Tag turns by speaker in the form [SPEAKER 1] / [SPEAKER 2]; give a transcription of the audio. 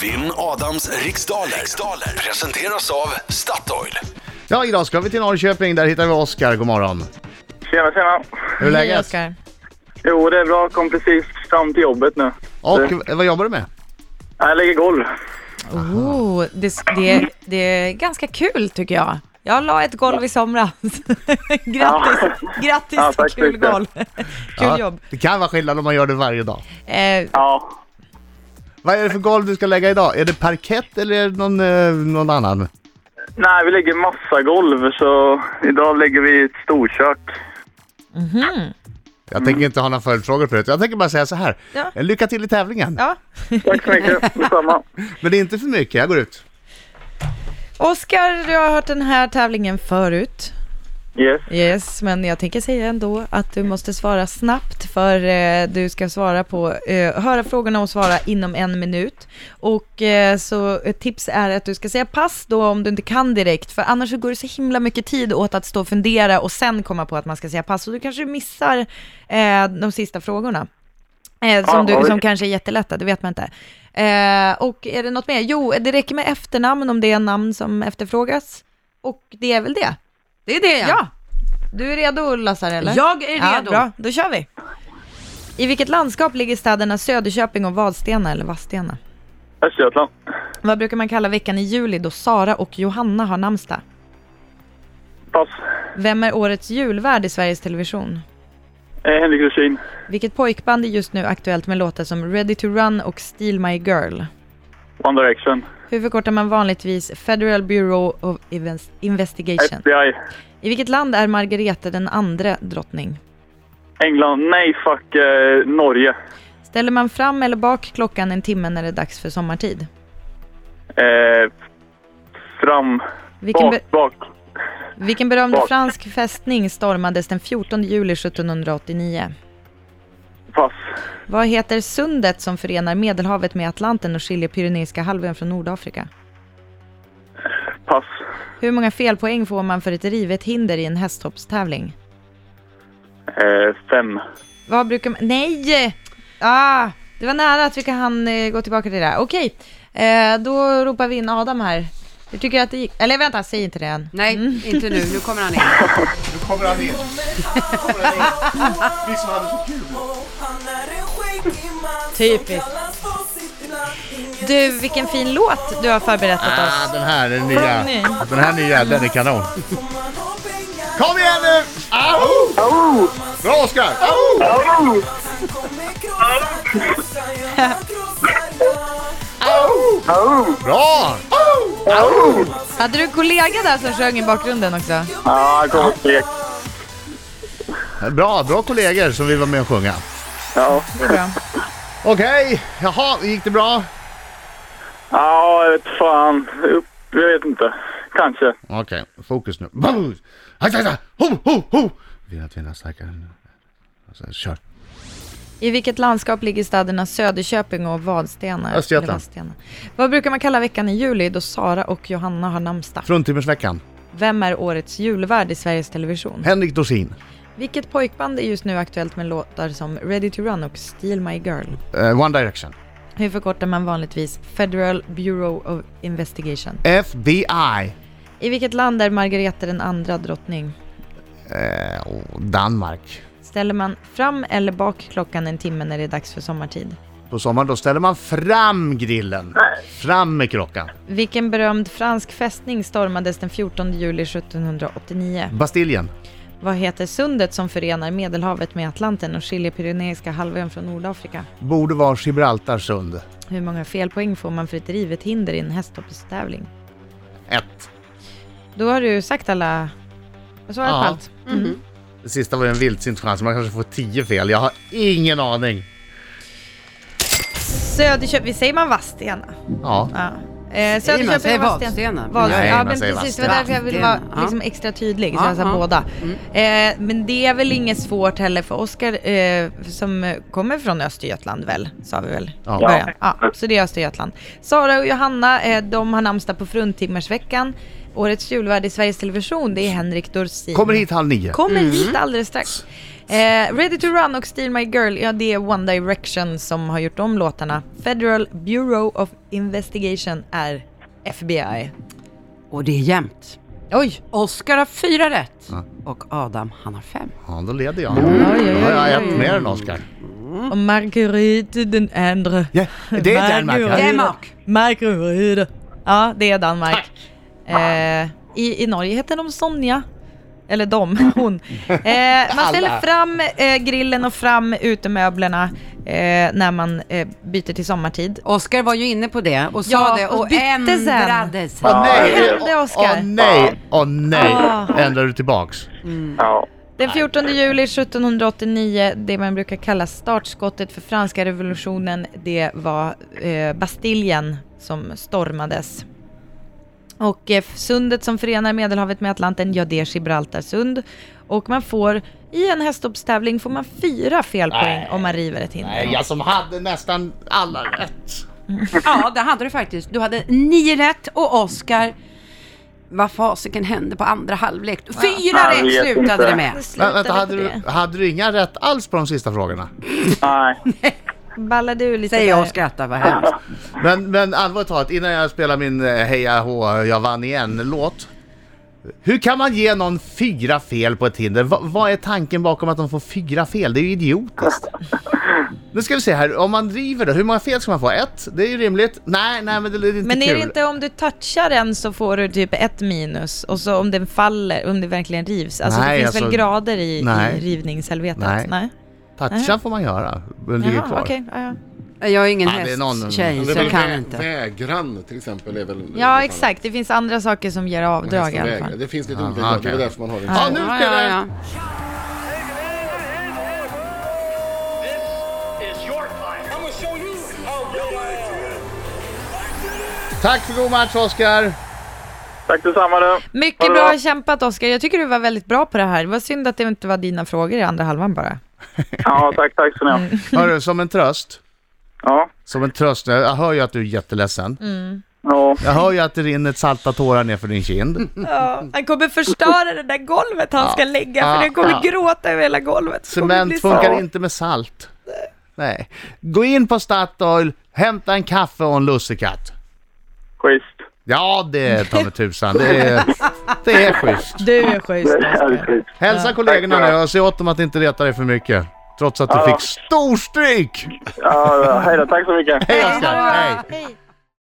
[SPEAKER 1] Vinn Adams riksdaler. riksdaler presenteras av Statoil.
[SPEAKER 2] Ja, idag ska vi till Norrköping. Där hittar vi Oskar. God morgon.
[SPEAKER 3] Tjena, tjena.
[SPEAKER 2] Hur är
[SPEAKER 4] Hej,
[SPEAKER 2] läget?
[SPEAKER 4] Oskar.
[SPEAKER 3] Jo, det är bra. Kom precis fram till jobbet nu.
[SPEAKER 2] Och eh, vad jobbar du med?
[SPEAKER 3] Jag lägger golv.
[SPEAKER 4] Oh, det, det, det är ganska kul tycker jag. Jag la ett golv i somras. grattis grattis
[SPEAKER 3] Ja,
[SPEAKER 4] till
[SPEAKER 3] tack så
[SPEAKER 4] kul
[SPEAKER 3] mycket.
[SPEAKER 4] golv. kul
[SPEAKER 2] Ja,
[SPEAKER 4] jobb.
[SPEAKER 2] Det kan vara skillnad om man gör det varje dag.
[SPEAKER 4] Eh,
[SPEAKER 3] Ja.
[SPEAKER 2] Vad är det för golv du ska lägga idag? Är det parkett eller är det någon, eh, någon annan?
[SPEAKER 3] Nej, vi lägger massa golv, så idag lägger vi ett storkök.
[SPEAKER 2] Jag tänker inte ha några följdfrågor förut. Jag tänker bara säga så här.
[SPEAKER 4] Ja.
[SPEAKER 2] Eh, Lycka till i tävlingen.
[SPEAKER 4] ja.
[SPEAKER 3] Tack så mycket. Detsamma.
[SPEAKER 2] Men det är inte för mycket. Jag går ut.
[SPEAKER 4] Oskar, du har hört den här tävlingen förut.
[SPEAKER 3] Yes.
[SPEAKER 4] Yes, men jag tänker säga ändå att du måste svara snabbt för eh, du ska svara på, eh, höra frågorna och svara inom en minut. Och eh, så ett tips är att du ska säga pass då om du inte kan direkt för annars så går det så himla mycket tid åt att stå och fundera och sen komma på att man ska säga pass och du kanske missar eh, de sista frågorna. Eh, som,
[SPEAKER 3] Ja,
[SPEAKER 4] du,
[SPEAKER 3] oj.
[SPEAKER 4] som kanske är jättelätta, det vet man inte. Eh, och är det något mer? Jo, det räcker med efternamn om det är namn som efterfrågas. Och det är väl det.
[SPEAKER 5] Det är det
[SPEAKER 4] Ja.
[SPEAKER 5] ja.
[SPEAKER 4] Du är redo Lassar eller?
[SPEAKER 5] Jag är
[SPEAKER 4] ja,
[SPEAKER 5] redo.
[SPEAKER 4] Bra, då kör vi. I vilket landskap ligger städerna Söderköping och Vadstena eller Vadstena?
[SPEAKER 3] Östergötland.
[SPEAKER 4] Vad brukar man kalla veckan i juli då Sara och Johanna har namnsdag?
[SPEAKER 3] Pass.
[SPEAKER 4] Vem är årets julvärd i Sveriges Television?
[SPEAKER 3] Eh, Henrik Rusin.
[SPEAKER 4] Vilket pojkband är just nu aktuellt med låtar som Ready to Run och Steal My Girl?
[SPEAKER 3] One Direction.
[SPEAKER 4] Hur förkortar man vanligtvis Federal Bureau of Inves- Investigation?
[SPEAKER 3] FBI.
[SPEAKER 4] I vilket land är Margareta den andre drottning?
[SPEAKER 3] England. Nej, fuck. Eh, Norge.
[SPEAKER 4] Ställer man fram eller bak klockan en timme när det är dags för sommartid?
[SPEAKER 3] Eh, fram.
[SPEAKER 4] Vilken, be-
[SPEAKER 3] Bak. Bak.
[SPEAKER 4] Vilken berömd
[SPEAKER 3] Bak.
[SPEAKER 4] fransk fästning stormades den 14 juli 1789?
[SPEAKER 3] Pass.
[SPEAKER 4] Vad heter sundet som förenar Medelhavet med Atlanten och skiljer Pyreneiska halvön från Nordafrika?
[SPEAKER 3] Pass.
[SPEAKER 4] Hur många felpoäng får man för ett rivet hinder i en hästhoppstävling?
[SPEAKER 3] Eh, fem.
[SPEAKER 4] Vad brukar man... Nej! Ah, det var nära att vi kan eh, gå tillbaka till det här. Okej, eh, då ropar vi in Adam här. Du tycker att det gick... Eller vänta, säg inte det än.
[SPEAKER 5] Nej, inte nu. Nu kommer han in.
[SPEAKER 2] Nu kommer han in. Vi som hade så kul.
[SPEAKER 4] Typiskt. Du, vilken fin låt du har förberett åt oss.
[SPEAKER 2] Ah, den här är nya.
[SPEAKER 4] Sjung nu.
[SPEAKER 2] Den här nya, den är kanon. Kom igen nu! Aho! Bra Oskar! Aho! Bra!
[SPEAKER 4] Hade du en kollega där som sjöng i bakgrunden också?
[SPEAKER 3] Ja, han Ah, kommer och skrek.
[SPEAKER 2] Bra, bra kollegor som vill vara med och sjunga.
[SPEAKER 3] Ja.
[SPEAKER 4] Det är bra.
[SPEAKER 2] Okej, jaha, gick det bra?
[SPEAKER 3] Ja, jag vet fan. Upp. Jag vet inte. Kanske.
[SPEAKER 2] Okej, fokus nu. Boom! Hajsa, hajsa! Ho, ho, ho! Vill att vinna starkare nu. Alltså, kör.
[SPEAKER 4] I vilket landskap ligger städerna Söderköping och Vadstena?
[SPEAKER 2] Östergötland.
[SPEAKER 4] Eller Vadstena? Vad brukar man kalla veckan i juli då Sara och Johanna har namnsdag?
[SPEAKER 2] Fruntimmersveckan.
[SPEAKER 4] Vem är årets julvärd i Sveriges Television?
[SPEAKER 2] Henrik Dorsin.
[SPEAKER 4] Vilket pojkband är just nu aktuellt med låtar som Ready to Run och Steal My Girl?
[SPEAKER 2] Eh, One Direction.
[SPEAKER 4] Hur förkortar man vanligtvis Federal Bureau of Investigation?
[SPEAKER 2] FBI.
[SPEAKER 4] I vilket land är Margareta den andra drottning?
[SPEAKER 2] Eh, och Danmark.
[SPEAKER 4] Ställer man fram eller bak klockan en timme när det är dags för sommartid?
[SPEAKER 2] På sommaren då ställer man fram grillen. Fram med krockan.
[SPEAKER 4] Vilken berömd fransk fästning stormades den 14 juli 1789?
[SPEAKER 2] Bastiljen.
[SPEAKER 4] Vad heter sundet som förenar Medelhavet med Atlanten och skiljer Pyreneiska halvön från Nordafrika?
[SPEAKER 2] Borde vara Gibraltarsund.
[SPEAKER 4] Hur många felpoäng får man för ett rivet hinder i en hästhoppstävling?
[SPEAKER 2] Ett.
[SPEAKER 4] Då har du sagt alla... Jag svarar
[SPEAKER 2] Ja.
[SPEAKER 4] på allt.
[SPEAKER 2] Det sista var ju en vildsintschans. Man kanske får tio fel. Jag har ingen aning.
[SPEAKER 4] Söderköping, vi säger man Vadstena?
[SPEAKER 2] Ja.
[SPEAKER 4] Ja. Eh,
[SPEAKER 5] man säger
[SPEAKER 4] Söderköping och Vadstena.
[SPEAKER 5] Vadstena.
[SPEAKER 4] Vadstena.
[SPEAKER 2] Nej,
[SPEAKER 4] Ja,
[SPEAKER 2] man
[SPEAKER 4] men
[SPEAKER 2] säger
[SPEAKER 4] precis. Det var därför jag ville vara
[SPEAKER 5] Vadstena, ja.
[SPEAKER 4] liksom extra tydlig. Så
[SPEAKER 5] Ja,
[SPEAKER 4] jag sa
[SPEAKER 5] ja.
[SPEAKER 4] båda. Eh, men det är väl inget svårt heller för Oskar eh, som eh, kommer från Östergötland väl? Sa vi väl?
[SPEAKER 2] Ja.
[SPEAKER 4] i början. ja. Så det är Östergötland. Sara och Johanna, eh, de har namnsdag på fruntimmersveckan. Årets julvärd i Sveriges Television, det är Henrik Dorsin.
[SPEAKER 2] Kommer hit halv nio.
[SPEAKER 4] Kommer hit alldeles strax. Eh, Ready to run och Steal My Girl, ja det är One Direction som har gjort de låtarna. Federal Bureau of Investigation är FBI.
[SPEAKER 5] Och det är jämnt.
[SPEAKER 4] Oj!
[SPEAKER 5] Oskar har fyra rätt och Adam han har fem.
[SPEAKER 2] Ja, då leder jag. Nu har jag ett mer än Oskar.
[SPEAKER 4] Och Marguerite den andra.
[SPEAKER 2] Ja, det är Danmark, ja.
[SPEAKER 5] Danmark.
[SPEAKER 4] Marguerite. Ja, det är Danmark. Eh, i, I Norge heter de Sonja. Eller de, hon. Eh, man ställer fram eh, grillen och fram utemöblerna eh, när man eh, byter till sommartid.
[SPEAKER 5] Oskar var ju inne på det och sa
[SPEAKER 4] Ja,
[SPEAKER 5] det
[SPEAKER 4] och
[SPEAKER 5] och
[SPEAKER 4] bytte sen.
[SPEAKER 5] ändrade sig.
[SPEAKER 2] Åh nej!
[SPEAKER 4] Vad hände, Oscar?
[SPEAKER 2] Åh nej! Åh nej!
[SPEAKER 4] Ah.
[SPEAKER 2] Ändrar du tillbaks?
[SPEAKER 3] Ja.
[SPEAKER 4] Den 14 juli 1789, det man brukar kalla startskottet för franska revolutionen, det var eh, Bastiljen som stormades. Och eh, sundet som förenar Medelhavet med Atlanten, ja det är Gibraltarsund. Och man får, i en hästhoppstävling får man fyra felpoäng om man river ett hinder.
[SPEAKER 2] Nej, jag som hade nästan alla rätt.
[SPEAKER 5] Ja, det hade du faktiskt. Du hade nio rätt och Oskar, vad fasiken hände på andra halvlek? Fyra
[SPEAKER 3] Jag
[SPEAKER 5] rätt
[SPEAKER 3] vet
[SPEAKER 5] slutade
[SPEAKER 3] inte.
[SPEAKER 5] det med.
[SPEAKER 4] Det slutade
[SPEAKER 2] Men, vänta, hade
[SPEAKER 4] på
[SPEAKER 2] du, hade du inga rätt alls på de sista frågorna?
[SPEAKER 3] Nej.
[SPEAKER 4] det. Ballade du lite
[SPEAKER 5] Säger
[SPEAKER 4] där?
[SPEAKER 5] jag och skrattar, vad hemskt.
[SPEAKER 2] Men, men allvarligt talat, innan jag spelar min eh, Heja Hå, jag vann igen-låt. Hur kan man ge någon fyra fel på ett hinder? Va, vad är tanken bakom att de får fyra fel? Det är ju idiotiskt. Nu ska vi se här, om man driver då, hur många fel ska man få? Ett? Det är ju rimligt. Nej, nej men det, det är inte
[SPEAKER 4] Men
[SPEAKER 2] kul.
[SPEAKER 4] är det inte om du touchar den så får du typ ett minus och så om den faller, om det verkligen rivs. Alltså
[SPEAKER 2] Nej,
[SPEAKER 4] det finns väl
[SPEAKER 2] alltså-
[SPEAKER 4] grader i, i
[SPEAKER 2] Nej.
[SPEAKER 4] rivningshelvetet? Nej.
[SPEAKER 2] Nej.
[SPEAKER 4] Nej.
[SPEAKER 2] Toucha får man göra, den ligger
[SPEAKER 4] Jaha,
[SPEAKER 2] kvar.
[SPEAKER 4] okej. ja, ja.
[SPEAKER 5] Jag är ingen
[SPEAKER 2] Ja, det är någon-
[SPEAKER 5] hästtjej
[SPEAKER 6] Men
[SPEAKER 5] så
[SPEAKER 6] det är
[SPEAKER 5] jag
[SPEAKER 6] väl
[SPEAKER 5] kan
[SPEAKER 6] vä-
[SPEAKER 5] inte.
[SPEAKER 6] Vägran till exempel är väl...
[SPEAKER 4] ja, exakt. Det finns andra saker som ger avdrag i alla
[SPEAKER 6] Hästväg.
[SPEAKER 4] fall.
[SPEAKER 6] Det finns lite
[SPEAKER 2] Ja,
[SPEAKER 6] olika grader, det
[SPEAKER 2] okej.
[SPEAKER 6] är därför man har en...
[SPEAKER 2] Ja, nu
[SPEAKER 5] Ja,
[SPEAKER 2] spelar
[SPEAKER 5] ja,
[SPEAKER 2] jag!
[SPEAKER 5] ja.
[SPEAKER 2] Tack för god match Oskar!
[SPEAKER 3] Tack detsamma du.
[SPEAKER 4] Mycket
[SPEAKER 3] Ha det
[SPEAKER 4] bra
[SPEAKER 3] bra.
[SPEAKER 4] kämpat Oskar. Jag tycker du var väldigt bra på det här. Det var synd att det inte var dina frågor i andra halvan bara.
[SPEAKER 3] Ja, tack, tack så ni ha.
[SPEAKER 2] Hörru, som en tröst.
[SPEAKER 3] Ja.
[SPEAKER 2] Som en tröst, jag hör ju att du är jätteledsen.
[SPEAKER 3] Ja.
[SPEAKER 2] Jag hör ju att det rinner salta tårar ner för din kind.
[SPEAKER 4] Ja, han kommer förstöra det där golvet han ska lägga
[SPEAKER 2] för den kommer
[SPEAKER 4] gråta över hela golvet.
[SPEAKER 2] Cement funkar inte med salt. Nej. Gå in på Statoil, hämta en kaffe och en lussekatt.
[SPEAKER 3] Schysst.
[SPEAKER 2] Ja, det är ta mig tusan. Det är, det är schysst.
[SPEAKER 4] Du är schysst
[SPEAKER 3] Det är
[SPEAKER 4] Oskar.
[SPEAKER 3] schysst.
[SPEAKER 2] Hälsa kollegorna nu och se åt dem att inte reta dig för mycket. Trots att du fick storstryk!
[SPEAKER 3] Ja, hej då. Tack så mycket.
[SPEAKER 2] Hej Oskar! Hej!
[SPEAKER 4] Hej.